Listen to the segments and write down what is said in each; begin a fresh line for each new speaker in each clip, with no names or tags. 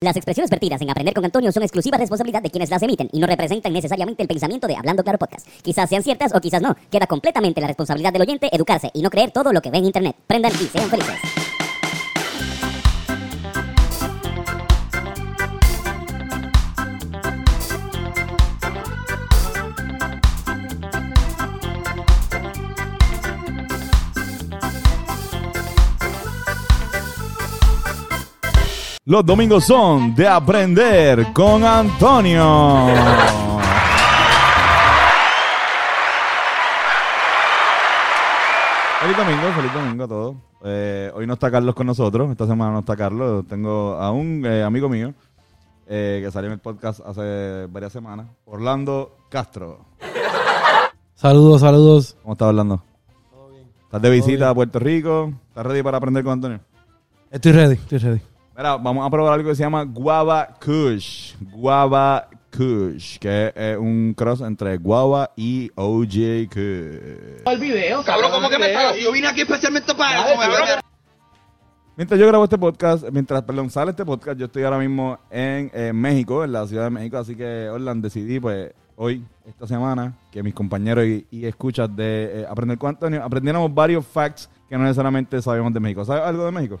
Las expresiones vertidas en Aprender con Antonio son exclusiva responsabilidad de quienes las emiten y no representan necesariamente el pensamiento de Hablando Claro Podcast. Quizás sean ciertas o quizás no. Queda completamente la responsabilidad del oyente educarse y no creer todo lo que ve en Internet. Prendan y sean felices.
Los domingos son de aprender con Antonio. feliz domingo, feliz domingo a todos. Eh, hoy no está Carlos con nosotros, esta semana no está Carlos. Tengo a un eh, amigo mío eh, que salió en el podcast hace varias semanas, Orlando Castro.
Saludos, saludos.
¿Cómo estás, Orlando?
Todo bien.
¿Estás de visita a Puerto Rico? ¿Estás ready para aprender con Antonio?
Estoy ready, estoy ready.
Mira, vamos a probar algo que se llama Guava Kush. Guava Kush, que es un cross entre Guava y OJ Kush.
el video,
Cabrón, ¿cómo que me pagas? Yo vine aquí especialmente para eso, cabrón.
Mientras yo grabo este podcast, mientras, perdón, sale este podcast, yo estoy ahora mismo en eh, México, en la Ciudad de México, así que, Orlan, decidí, pues, hoy, esta semana, que mis compañeros y, y escuchas de eh, Aprender con Antonio, aprendiéramos varios facts que no necesariamente sabemos de México. ¿Sabes algo de México?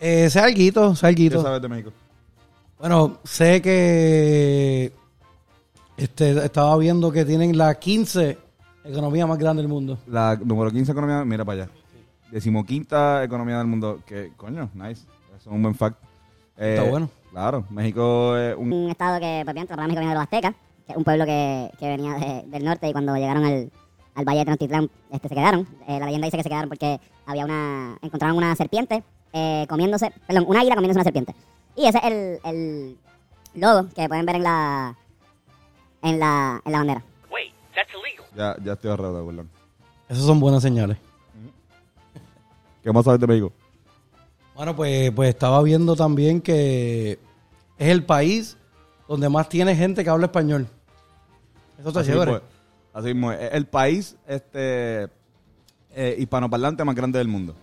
Eh, sé alguito, sé
¿Qué
alguito.
sabes de México?
Bueno, sé que este, estaba viendo que tienen la 15 economía más grande del mundo.
La número 15 economía, mira para allá. Decimoquinta economía del mundo. Que, coño, nice. Eso es un buen fact. Eh,
Está bueno.
Claro, México es un...
Un estado que, pues bien, para México viene de los aztecas, que es un pueblo que, que venía de- del norte y cuando llegaron al, al Valle de Tenochtitlán este, se quedaron. Eh, la leyenda dice que se quedaron porque había una, encontraron una serpiente eh, comiéndose, perdón, una águila comiéndose una serpiente. Y ese es el, el logo que pueden ver en la, en la, en la bandera.
Ya, ya estoy arrebatado, perdón.
Esas son buenas señales.
¿Qué más sabes de México?
Bueno, pues, pues estaba viendo también que es el país donde más tiene gente que habla español. Eso está
Así pues,
chévere.
mismo es. Así mismo es. Es El país este eh, hispanoparlante más grande del mundo.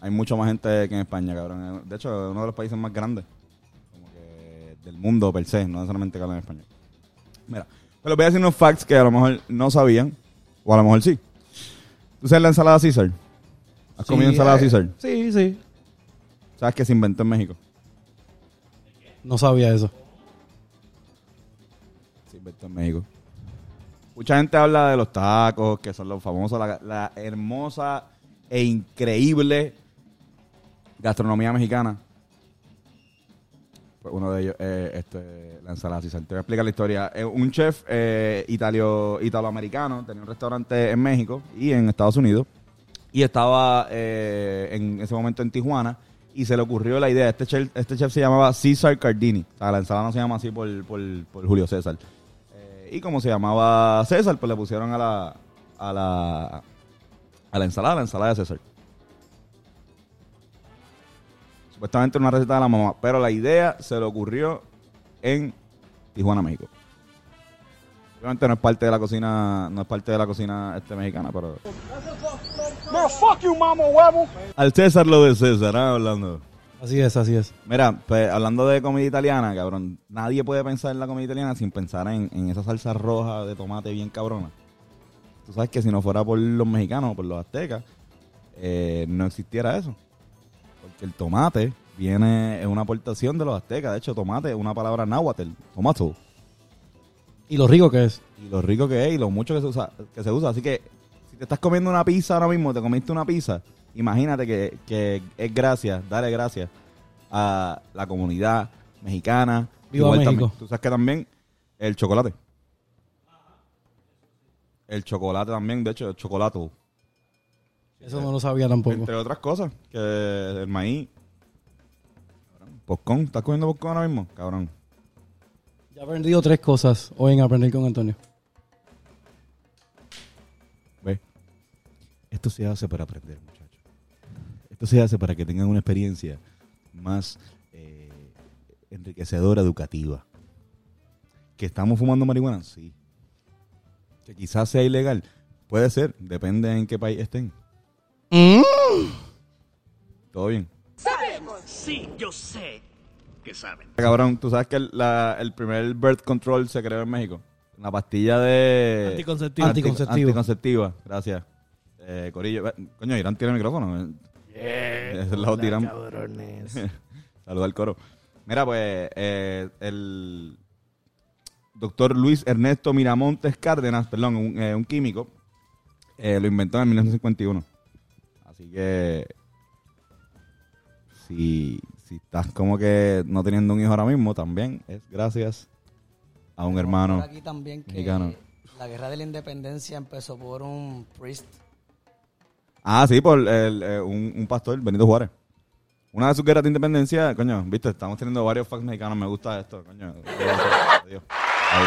Hay mucha más gente que en España, cabrón. De hecho, es uno de los países más grandes como que del mundo per se, no necesariamente que hablan español. Mira, pero voy a decir unos facts que a lo mejor no sabían, o a lo mejor sí. ¿Tú sabes la ensalada Caesar? ¿Has
Sí,
comido ensalada
eh,
Caesar?
Sí, sí.
¿Sabes que se inventó en México?
No sabía eso.
Se inventó en México. Mucha gente habla de los tacos, que son los famosos, la, la hermosa e increíble gastronomía mexicana. Pues uno de ellos es este, la ensalada César. Te voy a explicar la historia. Eh, un chef eh, italio, italoamericano tenía un restaurante en México y en Estados Unidos. Y estaba eh, en ese momento en Tijuana. Y se le ocurrió la idea. Este chef, este chef se llamaba César Cardini. O sea, la ensalada no se llama así por, por, por Julio César. Eh, y como se llamaba César, pues le pusieron a la, a la, a la ensalada, la ensalada de César. Supuestamente era una receta de la mamá, pero la idea se le ocurrió en Tijuana, México. Obviamente no es parte de la cocina, no es parte de la cocina este mexicana, pero. Al César lo de César, ¿ah? hablando.
Así es, así es.
Mira, pues, hablando de comida italiana, cabrón, nadie puede pensar en la comida italiana sin pensar en, en esa salsa roja de tomate bien cabrona. Tú sabes que si no fuera por los mexicanos o por los aztecas, eh, no existiera eso. Porque el tomate viene, es una aportación de los aztecas. De hecho, tomate es una palabra náhuatl, tomato.
Y lo rico que es.
Y lo rico que es y lo mucho que se usa. Que se usa. Así que si te estás comiendo una pizza ahora mismo, te comiste una pizza, imagínate que, que es gracias, dale gracias a la comunidad mexicana.
Viva México.
también- tú sabes que también el chocolate. El chocolate también, de hecho, el chocolate.
Eso no lo sabía tampoco.
Entre otras cosas, que el maíz. Cabrón, Popcorn, ¿estás comiendo popcorn ahora mismo? Cabrón.
Ya he aprendido tres cosas hoy en Aprender con Antonio.
Ve. Esto se hace para aprender, muchachos. Esto se hace para que tengan una experiencia más eh, enriquecedora, educativa. ¿Que estamos fumando marihuana? Sí. ¿Que quizás sea ilegal? Puede ser, depende en qué país estén. ¿Todo bien?
Sí, yo sé
que saben.
Ah, Cabrón, tú sabes que el, la- el primer birth control se creó en México. Una pastilla de.
Anticonceptiva.
Antico-
Anticonceptivo.
anticonceptiva, gracias. Eh, Corillo, eh, coño, Irán tiene micrófono. eh. Ese lado
Hola,
tiran.
cabrones.
Saluda al coro. Mira, pues eh, el doctor Luis Ernesto Miramontes Cárdenas, perdón, un, eh, un químico, eh, lo inventó en 1951. Así que si, si estás como que no teniendo un hijo ahora mismo, también es gracias a un hermano.
Por Aquí también que
mexicano.
la guerra de la independencia empezó por un priest.
Ah, sí, por el, eh, un, un pastor, Benito Juárez. Una de sus guerras de independencia, coño, viste, estamos teniendo varios facts mexicanos, me gusta esto, coño. Adiós. Ahí.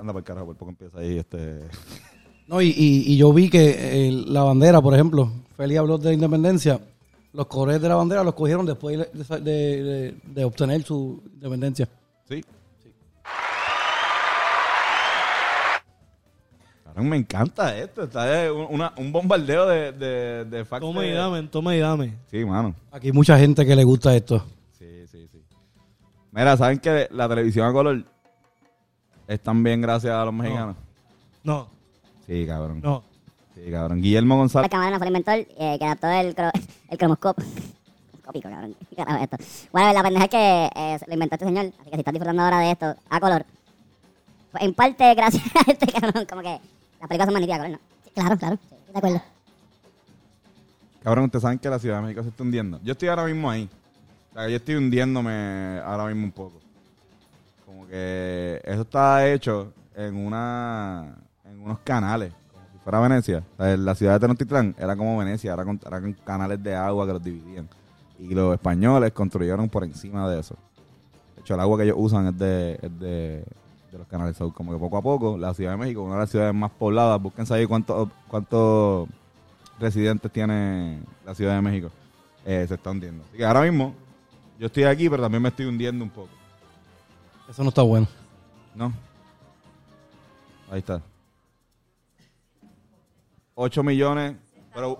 Anda por carajo, por poco empieza ahí este...
No, y, y- y yo vi que eh, la bandera, por ejemplo, Feli habló de independencia. Los colores de la bandera los cogieron después de, de- de- de obtener su independencia.
Sí. Cabrón, me encanta esto, está de un- una- un bombardeo de, de, de facts.
Toma y
de-
dame, toma y dame.
Sí, mano.
Aquí hay mucha gente que le gusta esto.
Sí, sí, sí. Mira, ¿saben que la televisión a color es también gracias a los mexicanos?
No,
Sí, cabrón.
no.
Sí, cabrón. Guillermo González.
El camarón fue el inventor eh, que adaptó el, cro el cromoscopio. Cópico, cabrón. ¿Qué carajo es esto? Bueno, la pendeja es que eh, lo inventó este señor. Así que si estás disfrutando ahora de esto a color, pues, en parte gracias a este cabrón, como que las películas son magníficas a color, ¿no? Sí, claro, claro. Sí, de acuerdo.
Cabrón, ustedes saben que la Ciudad de México se está hundiendo. Yo estoy ahora mismo ahí. O sea, que yo estoy hundiéndome ahora mismo un poco. Como que eso está hecho en una en unos canales, como si fuera Venecia. O sea, la ciudad de Tenochtitlán era como Venecia, era con, era con canales de agua que los dividían. Y los españoles construyeron por encima de eso. De hecho, el agua que ellos usan es de, es de, de los canales. So, como que poco a poco, la Ciudad de México, una de las ciudades más pobladas, búsquense ahí cuántos cuántos residentes tiene la Ciudad de México. Eh, se está hundiendo. Así que ahora mismo, yo estoy aquí, pero también me estoy hundiendo un poco.
Eso no está bueno.
¿No? Ahí está. 8 millones. Pero,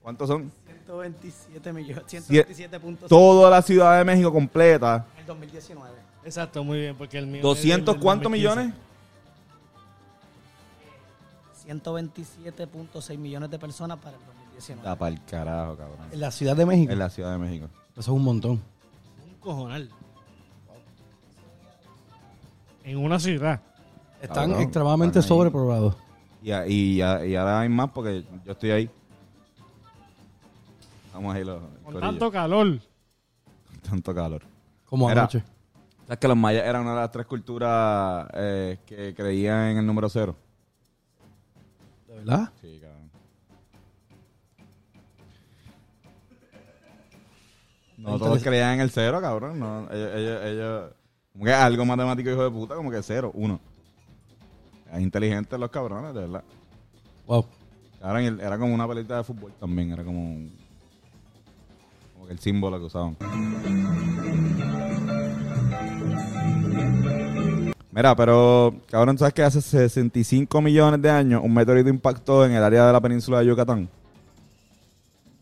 ¿Cuántos son?
127 millones,
Toda la Ciudad de México completa.
en el 2019.
Exacto, muy bien, porque el mío. es
¿200
del
cuántos
2015.
millones?
127.6 millones de personas para el 2019.
Está para el carajo, cabrón.
En la Ciudad de México.
En la Ciudad de México.
Eso es un montón.
Un cojonal. En una ciudad.
Están
Cabrón,
extremadamente
están ahí.
sobrepoblados.
Y, a- y, a- y ahora hay más porque yo estoy ahí. Vamos a ir los. el
Con
corillo.
tanto calor.
tanto calor.
Como
Mira,
anoche.
¿Sabes que los mayas eran una de las tres culturas eh, que creían en el número cero?
¿De verdad?
Sí, cabrón. No todos creían en el cero, cabrón. No, ellos, ellos, ellos- como que algo matemático hijo de puta, como que cero, uno. Es inteligentes los cabrones, de verdad.
Wow.
Cabrón, y el- era como una pelita de fútbol también, era como un- como que el símbolo que usaban. Mira, pero cabrón, ¿sabes que hace 65 millones de años un meteorito impactó en el área de la península de Yucatán?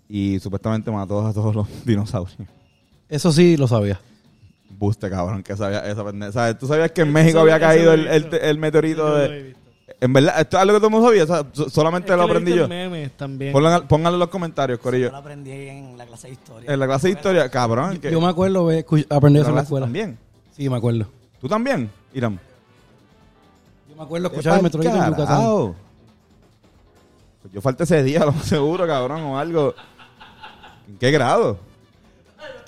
Y supuestamente mató a todos los dinosaurios.
Eso sí lo sabía.
Buste, cabrón, que sabía esa pendeja. ¿Sabes? ¿Tú sabías que en México había
Eso- eso
caído
lo he
el, el-
visto.
el meteorito
Yo lo he
de...
visto.
En verdad, esto es algo que todo el mundo sabía, ¿sabes? So- solamente
Es
lo
que lo he
aprendí
visto
yo.
en memes también.
Pongan- Pónganlo en los comentarios,
Yo
Corillo.
lo aprendí en la clase de historia.
En la clase de historia, cabrón. que-
Yo me acuerdo, ve, escu- aprendí eso en la
clase
escuela.
También.
Sí, me acuerdo.
¿Tú también, Irán?
Yo me acuerdo escuchar el metroidito en Yucatán.
Carajo. Pues yo falté ese día, lo más seguro, cabrón, o algo. ¿En qué grado?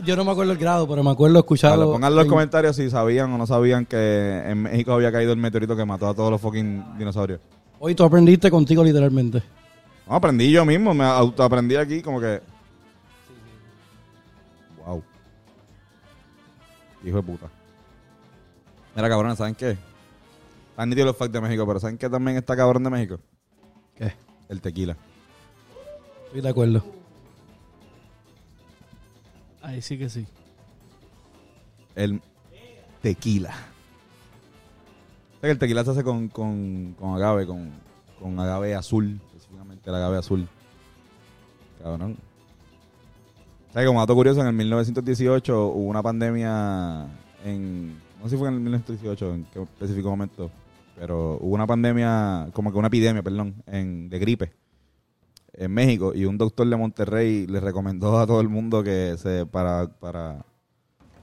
Yo no me acuerdo el grado, pero me acuerdo
Vale,
escucharlo.
pongan en los
en-
comentarios si sabían o no sabían que en México había caído el meteorito que mató a todos los fucking dinosaurios.
Hoy tú aprendiste contigo literalmente.
No, aprendí yo mismo, me autoaprendí aquí como que... Wow. Hijo de puta. Mira, cabrón, ¿saben qué? Han nítidos los facts de México, pero ¿saben qué también está cabrón de México?
¿Qué?
El tequila.
Estoy de acuerdo.
Ahí sí que sí.
El tequila. O sea, que el tequila se hace con, con, con agave, con, con agave azul, específicamente el agave azul. Cabrón. ¿Sabes? Como dato curioso, en el 1918 hubo una pandemia en... No sé si fue en el 1918, en qué específico momento, pero hubo una pandemia, como que una epidemia, perdón, en, de gripe en México y un doctor de Monterrey le recomendó a todo el mundo que se para, para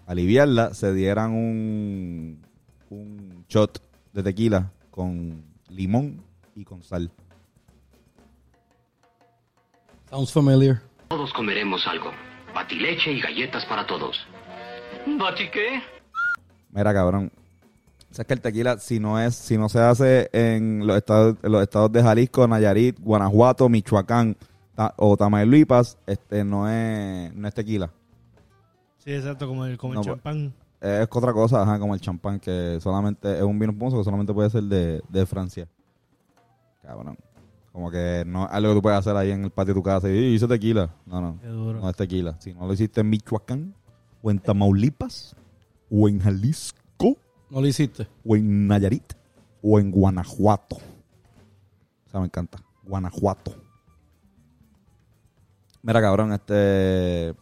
aliviarla se dieran un, un shot de tequila con limón y con sal.
Sounds familiar.
Todos comeremos algo. Batileche y galletas para todos. ¿Bati qué?
Mira, cabrón. O sea, es que el tequila, si no es, si no se hace en los estados, en los estados de Jalisco, Nayarit, Guanajuato, Michoacán ta- o Tamaulipas, este no es, no es tequila.
Sí, exacto, como el, como el
No, pues.
champán.
Es otra cosa, ajá, como el champán, que solamente es un vino espumoso que solamente puede ser de, de Francia. Cabrón. Como que no es algo que tú puedes hacer ahí en el patio de tu casa y "Ey, hice tequila. No, no.
Qué duro.
No es tequila. Si no lo hiciste en Michoacán, o en Tamaulipas, o en Jalisco,
No lo hiciste.
o en Nayarit, o en Guanajuato. O sea, me encanta. Guanajuato. Mira, cabrón, este.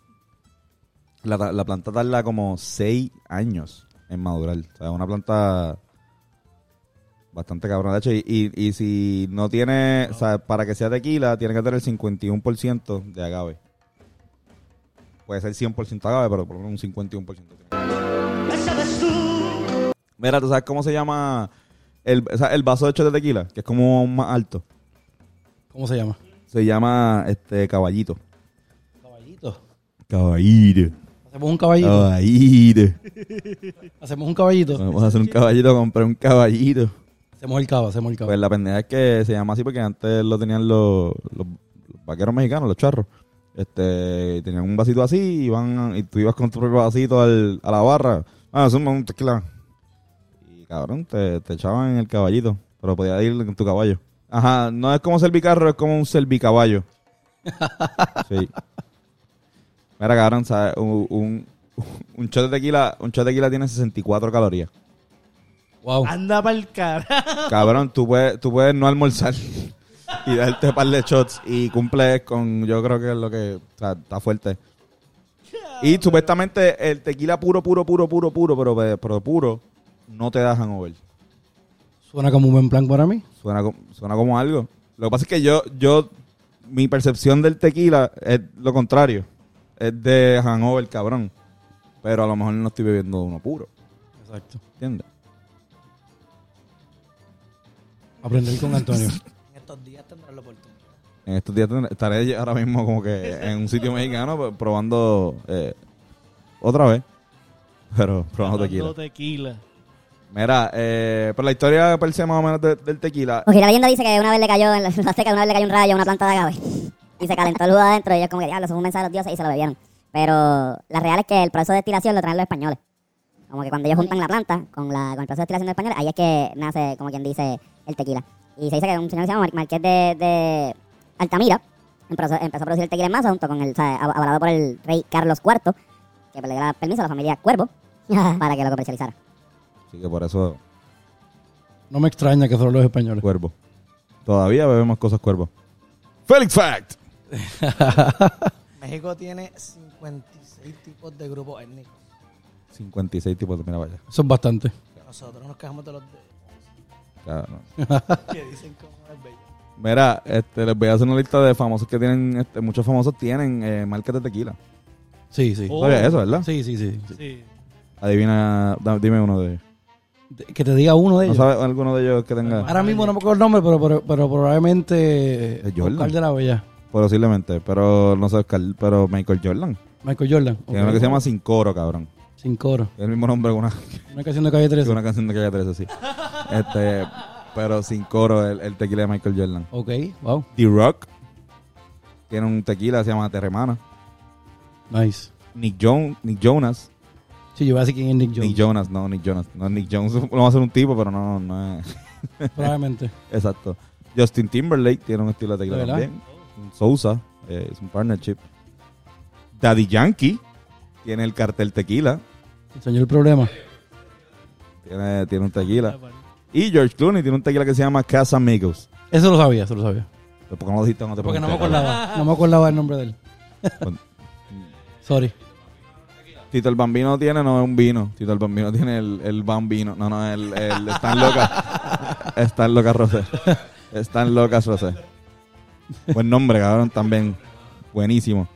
La, ta- la planta tarda como 6 años en madurar. O sea, es una planta bastante cabrona. De hecho, y, y- y si no tiene. O sea, para que sea tequila, tiene que tener el 51% de agave. Puede ser 100% agave, pero por lo menos un 51%. tiene que Mira, ¿tú sabes cómo se llama el, o sea, el vaso hecho de tequila? Que es como más alto.
¿Cómo se llama?
Se llama este caballito.
Caballito.
Caballito.
Hacemos un caballito.
Caballito.
Hacemos un caballito.
Vamos a hacer un caballito, comprar un caballito.
Hacemos el cava, hacemos el cava.
Pues la pendeja es que se llama así porque antes lo tenían los, los- los vaqueros mexicanos, los charros. Este, tenían un vasito así y, van, y tú ibas con tu propio vasito al- a la barra. Ah, es un- un tequila. Y cabrón, te, te echaban en el caballito. Pero podías ir con tu caballo. Ajá, no es como servicarro, es como un servicaballo. Sí. Mira, cabrón, ¿sabes? Un, un, un shot de tequila, un shot de tequila tiene 64 calorías.
Wow.
Anda pa'l carajo.
Cabrón, tú puedes, tú puedes no almorzar y darte un par de shots y cumples con, yo creo que es lo que o sea, está fuerte. Y supuestamente el tequila puro, puro, puro, puro, puro, pero, pero puro, no te da hangover.
Suena como un buen plan para mí.
Suena, co- suena como algo. Lo que pasa es que yo, yo, mi percepción del tequila es lo contrario. Es de hangover, cabrón. Pero a lo mejor no estoy bebiendo uno puro,
Exacto.
¿entiendes?
Aprender con Antonio.
En estos días tendrás la oportunidad.
En estos días tendré- estaré ahora mismo como que en un sitio mexicano pues, probando eh, otra vez. Pero probando tequila.
Tomando tequila.
Mira, eh, pero la historia per se más o menos de- del tequila.
Porque la leyenda dice que una vez le cayó en la, en la seca, una vez le cayó un rayo a una planta de agave. Y se calentó el jugo adentro y ellos como que, diablo, eso fue un mensaje de los dioses y se lo bebieron. Pero la real es que el proceso de destilación lo traen los españoles. Como que cuando ellos juntan la planta con, la, con el proceso de destilación de españoles, ahí es que nace, como quien dice, el tequila. Y se dice que un señor que se llama Mar- Marqués de, de Altamira empezó, empezó a producir el tequila en masa junto con el, o sea, av- avalado por el rey Carlos IV, que le dio permiso a la familia Cuervo para que lo comercializara.
Así que por eso,
No me extraña que solo los españoles.
cuervo. Todavía bebemos cosas cuervo. Felix Fact.
México tiene 56 tipos de grupos étnicos.
56 tipos de... Mira, vaya.
Eso es bastante.
Nosotros nos quejamos de los de,
Ya, no.
que dicen cómo es bello.
Mira, este, les voy a hacer una lista de famosos que tienen... este, muchos famosos tienen eh, marcas de tequila.
Sí, sí.
Oh.
¿Sabías eso, verdad?
Sí, sí, sí. sí.
Sí.
Adivina... da- dime uno de ellos.
De- Que te diga uno de
¿No
ellos.
sabes alguno de ellos que tenga...?
Ahora mismo no me acuerdo el nombre, pero, pero, pero probablemente
Es Jordan.
Oscar de la Bella.
Posiblemente, pero no sé, Oscar, pero Michael Jordan.
Michael Jordan.
Tiene uno que se llama Sin Coro, cabrón.
Sin coro.
Es el mismo nombre que una,
Una canción de calle
que
13.
una canción de Calle 13, sí. Este, pero Sin Coro, el, el tequila de Michael Jordan.
Ok, wow.
The Rock tiene un tequila, se llama Terremana.
Nice.
Nick, Jones Nick Jonas.
Sí, yo voy a decir quién es Nick Jones.
Nick Jonas, no, Nick Jonas. No, Nick Jones lo va a ser un tipo, pero no, no es.
Probablemente.
Exacto. Justin Timberlake tiene un estilo de tequila
¿De verdad?
también. Un Sousa, eh, es un partnership. Daddy Yankee tiene el cartel tequila.
Enseñó el problema.
Tiene, tiene un tequila. Y George Clooney tiene un tequila que se llama Casa Amigos.
Eso lo sabía, eso lo sabía.
¿Por qué no lo dijiste? No te
Porque no me
pregunté,
acordaba. No me acordaba el nombre de él.
cabrón.
Sí, Sorry.
Tito el Bambino tiene, no es un vino. Tito el Bambino tiene el, el bambino. No, no, el, el están locas. están locas Rosé. Están locas Rosé. Buen nombre, cabrón, también. Buenísimo.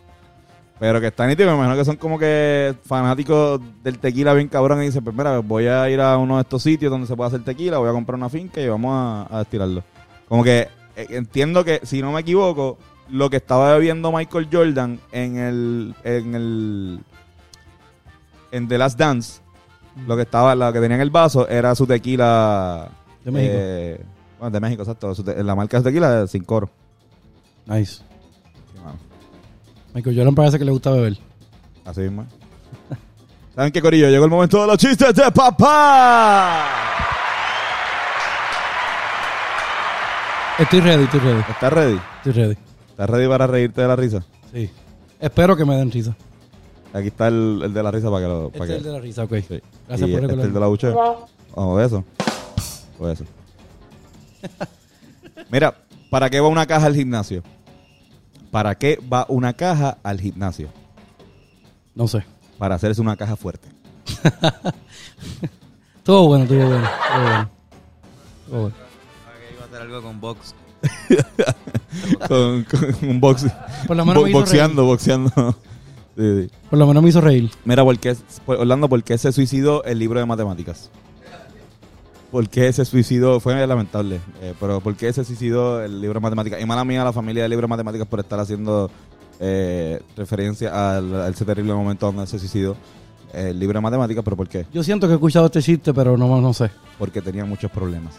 Pero que están nítido, me imagino que son como que fanáticos del tequila bien cabrón y dicen, pues mira, voy a ir a uno de estos sitios donde se puede hacer tequila, voy a comprar una finca y vamos a, a estirarlo. Como que eh, entiendo que, si no me equivoco, lo que estaba bebiendo Michael Jordan en el, en el en The Last Dance,
Mm.
lo que estaba, lo que tenía en el vaso era su tequila
De México.
eh, bueno, de México, exacto. Su te- la marca de su tequila es sin coro.
Nice.
Sí, mano.
Michael Jordan parece que le gusta beber.
Así mismo. es. ¿Saben qué, Corillo? Llegó el momento de los chistes de papá.
Estoy ready, estoy ready.
¿Estás ready?
Estoy ready.
¿Estás ready para reírte de la risa?
Sí. Espero que me den risa.
Aquí está el, el de la risa para que lo.
Este
Para
es
que,
el de la risa, ok.
sí.
Gracias
Y este es el
por
de
recordarme.
la buche. Vamos, de eso. O eso. Mira, ¿para qué va una caja al gimnasio? ¿Para qué va una caja al gimnasio?
No sé.
Para hacerse una caja fuerte.
Todo bueno, todo bueno. Todo bueno. Estuvo bueno.
Ok, iba a hacer algo con box.
con, con un box,
Por lo menos
bo-
me hizo
boxeando, boxeando. Sí, sí.
Por lo menos me hizo reír.
Mira, ¿por qué- por- Orlando, ¿por qué se suicidó el libro de matemáticas? ¿Por qué se suicidó? Fue lamentable, eh, pero ¿por qué se suicidó el libro de matemáticas? Y mala mía a la familia del libro de matemáticas por estar haciendo eh, referencia al, a ese terrible momento donde se suicidó el libro de matemáticas, pero ¿por qué?
Yo siento que he escuchado este chiste, pero no, no sé.
Porque tenía muchos problemas.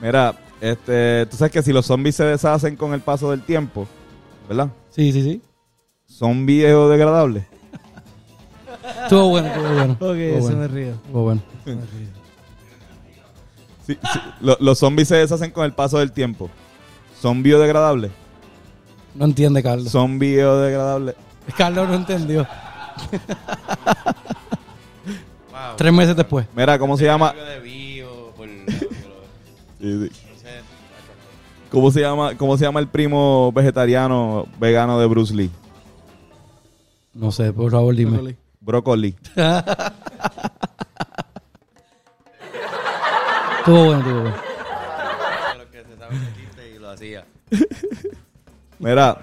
Mira, este, tú sabes que si los zombies se deshacen con el paso del tiempo, ¿verdad?
Sí, sí, sí.
Son biodegradables.
Estuvo bueno, estuvo bueno. Estuvo
Ok, se
bueno.
me río.
Estuvo bueno.
Sí, sí, lo- los zombies se deshacen con el paso del tiempo. Son biodegradables.
No entiende, Carlos.
Son biodegradables.
Carlos no entendió. Tres meses después.
Mira, ¿cómo se llama?
Algo de bio, por... no
Sí, sí.
sé.
¿Cómo se llama? ¿Cómo se llama el primo vegetariano vegano de Bruce Lee?
No sé, por favor, dime.
Brócoli.
Estuvo bueno, estuvo bueno.
Era lo que se sabe ese chiste y lo hacía.
Mira,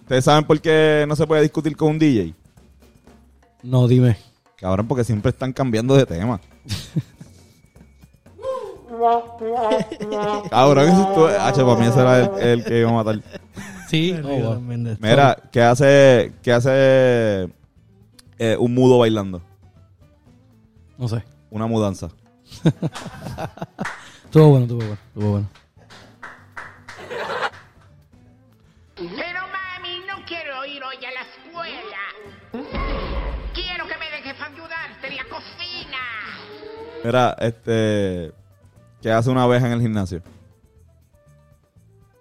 ¿ustedes saben por qué no se puede discutir con un DJ?
No, dime.
Cabrón, porque siempre están cambiando de tema. Cabrón, eso estuvo... Hacho, para mí ese era el, el que iba a matar.
Sí.
Me río también de esto.
Mira, ¿qué hace, qué hace eh, un mudo bailando?
No sé.
Una mudanza.
Estuvo bueno, estuvo bueno. Estuvo bueno.
Pero mami, no quiero ir hoy a la escuela. Quiero que me dejes ayudarte en la cocina.
Mira, este... ¿Qué hace una abeja en el gimnasio?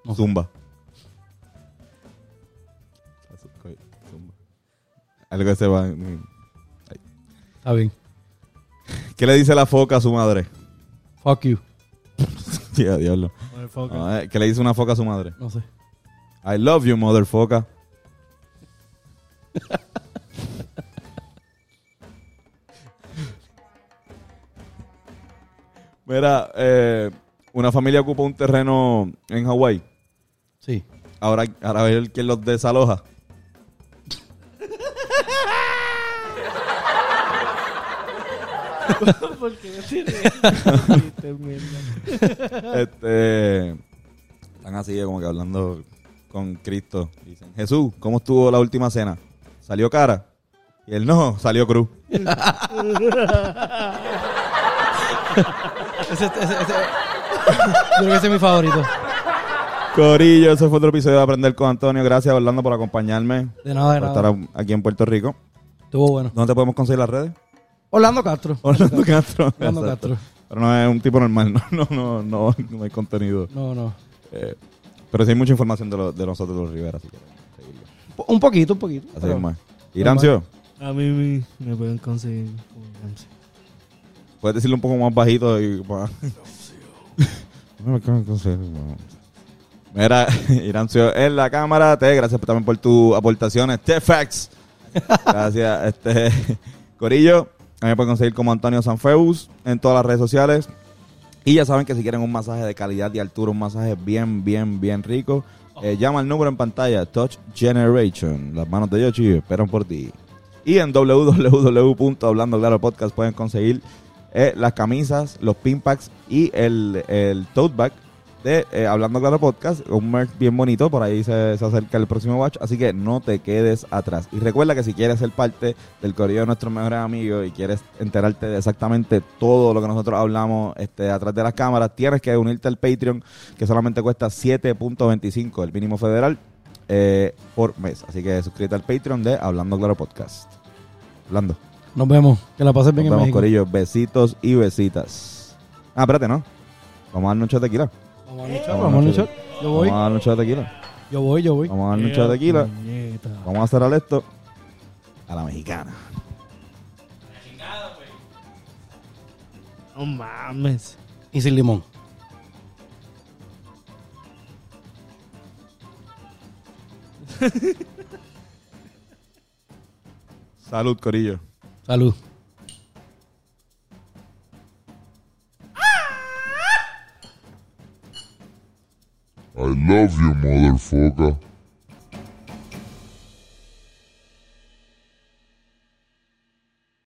No sé.
Zumba. Zumba. Algo que se va... en-
Está bien.
¿Qué le dice la foca a su madre?
Fuck you.
Sí, a diablo.
Motherfucker.
Ah, eh, ¿Qué le dice una foca a su madre?
No sé.
I love you, mother foca. Mira, eh, una familia ocupa un terreno en Hawái.
Sí.
Ahora, ahora a ver quién los desaloja.
¿Por qué me río? Chiste, mierda.
Este, están así como que hablando con Cristo. Dicen, Jesús, ¿cómo estuvo la última cena? ¿Salió cara? Y él no, salió cruz.
Ese, ese, ese. Yo creo que ese es mi favorito.
Corillo, ese fue otro episodio de Aprender con Antonio. Gracias, Orlando, por acompañarme.
De nada, de
Por estar
nada.
a- aquí en Puerto Rico.
Estuvo bueno.
¿Dónde te podemos conseguir las redes?
Orlando Castro.
Orlando Castro.
Orlando
Exacto.
Castro.
Pero no es un tipo normal, no, no, no, no, no hay contenido.
No, no.
Eh, pero sí hay mucha información de, lo- de nosotros los Rivera, así que seguirlo.
Po- Un poquito, un poquito.
Así
pero-
es más. Irancio,
A mí me- me pueden conseguir. como Ramsey.
puedes decirlo un poco más bajito y pa- No me acaban de conseguir, no. Mira, Irancio en la cámara. Te, gracias también por tus aportaciones. Tefax. Gracias. Este, Corillo, a mí me pueden conseguir como Antonio Sanfeus en todas las redes sociales. Y ya saben que si quieren un masaje de calidad y altura, un masaje bien, bien, bien rico, eh, llama al número en pantalla, Touch Generation. Las manos de Yoshi esperan por ti. Y en www.hablandoclaropodcast pueden conseguir eh, las camisas, los pin packs y el, el tote bag de eh, Hablando Claro Podcast, un merch bien bonito, por ahí se, se acerca el próximo batch, así que no te quedes atrás. Y recuerda que si quieres ser parte del correo de nuestros mejores amigos y quieres enterarte de exactamente todo lo que nosotros hablamos este, atrás de las cámaras, tienes que unirte al Patreon, que solamente cuesta 7.25, el mínimo federal, eh, por mes. Así que suscríbete al Patreon de Hablando Claro Podcast. Hablando.
Nos vemos. Que la pases
Nos
bien en
vemos,
México.
Corillo. Besitos y besitas. Ah, espérate, ¿no? Vamos a darnos un shot de tequila.
Vamos a un shot, Vamos a un shot. Yo voy,
Vamos a darnos un shot de tequila.
yo voy, yo voy.
Vamos a darnos un shot de tequila.
Puñeta.
Vamos a cerrar esto a la mexicana.
No mames.
Y sin limón.
Salud, Corillo.
Salud.
I love you, motherfucker.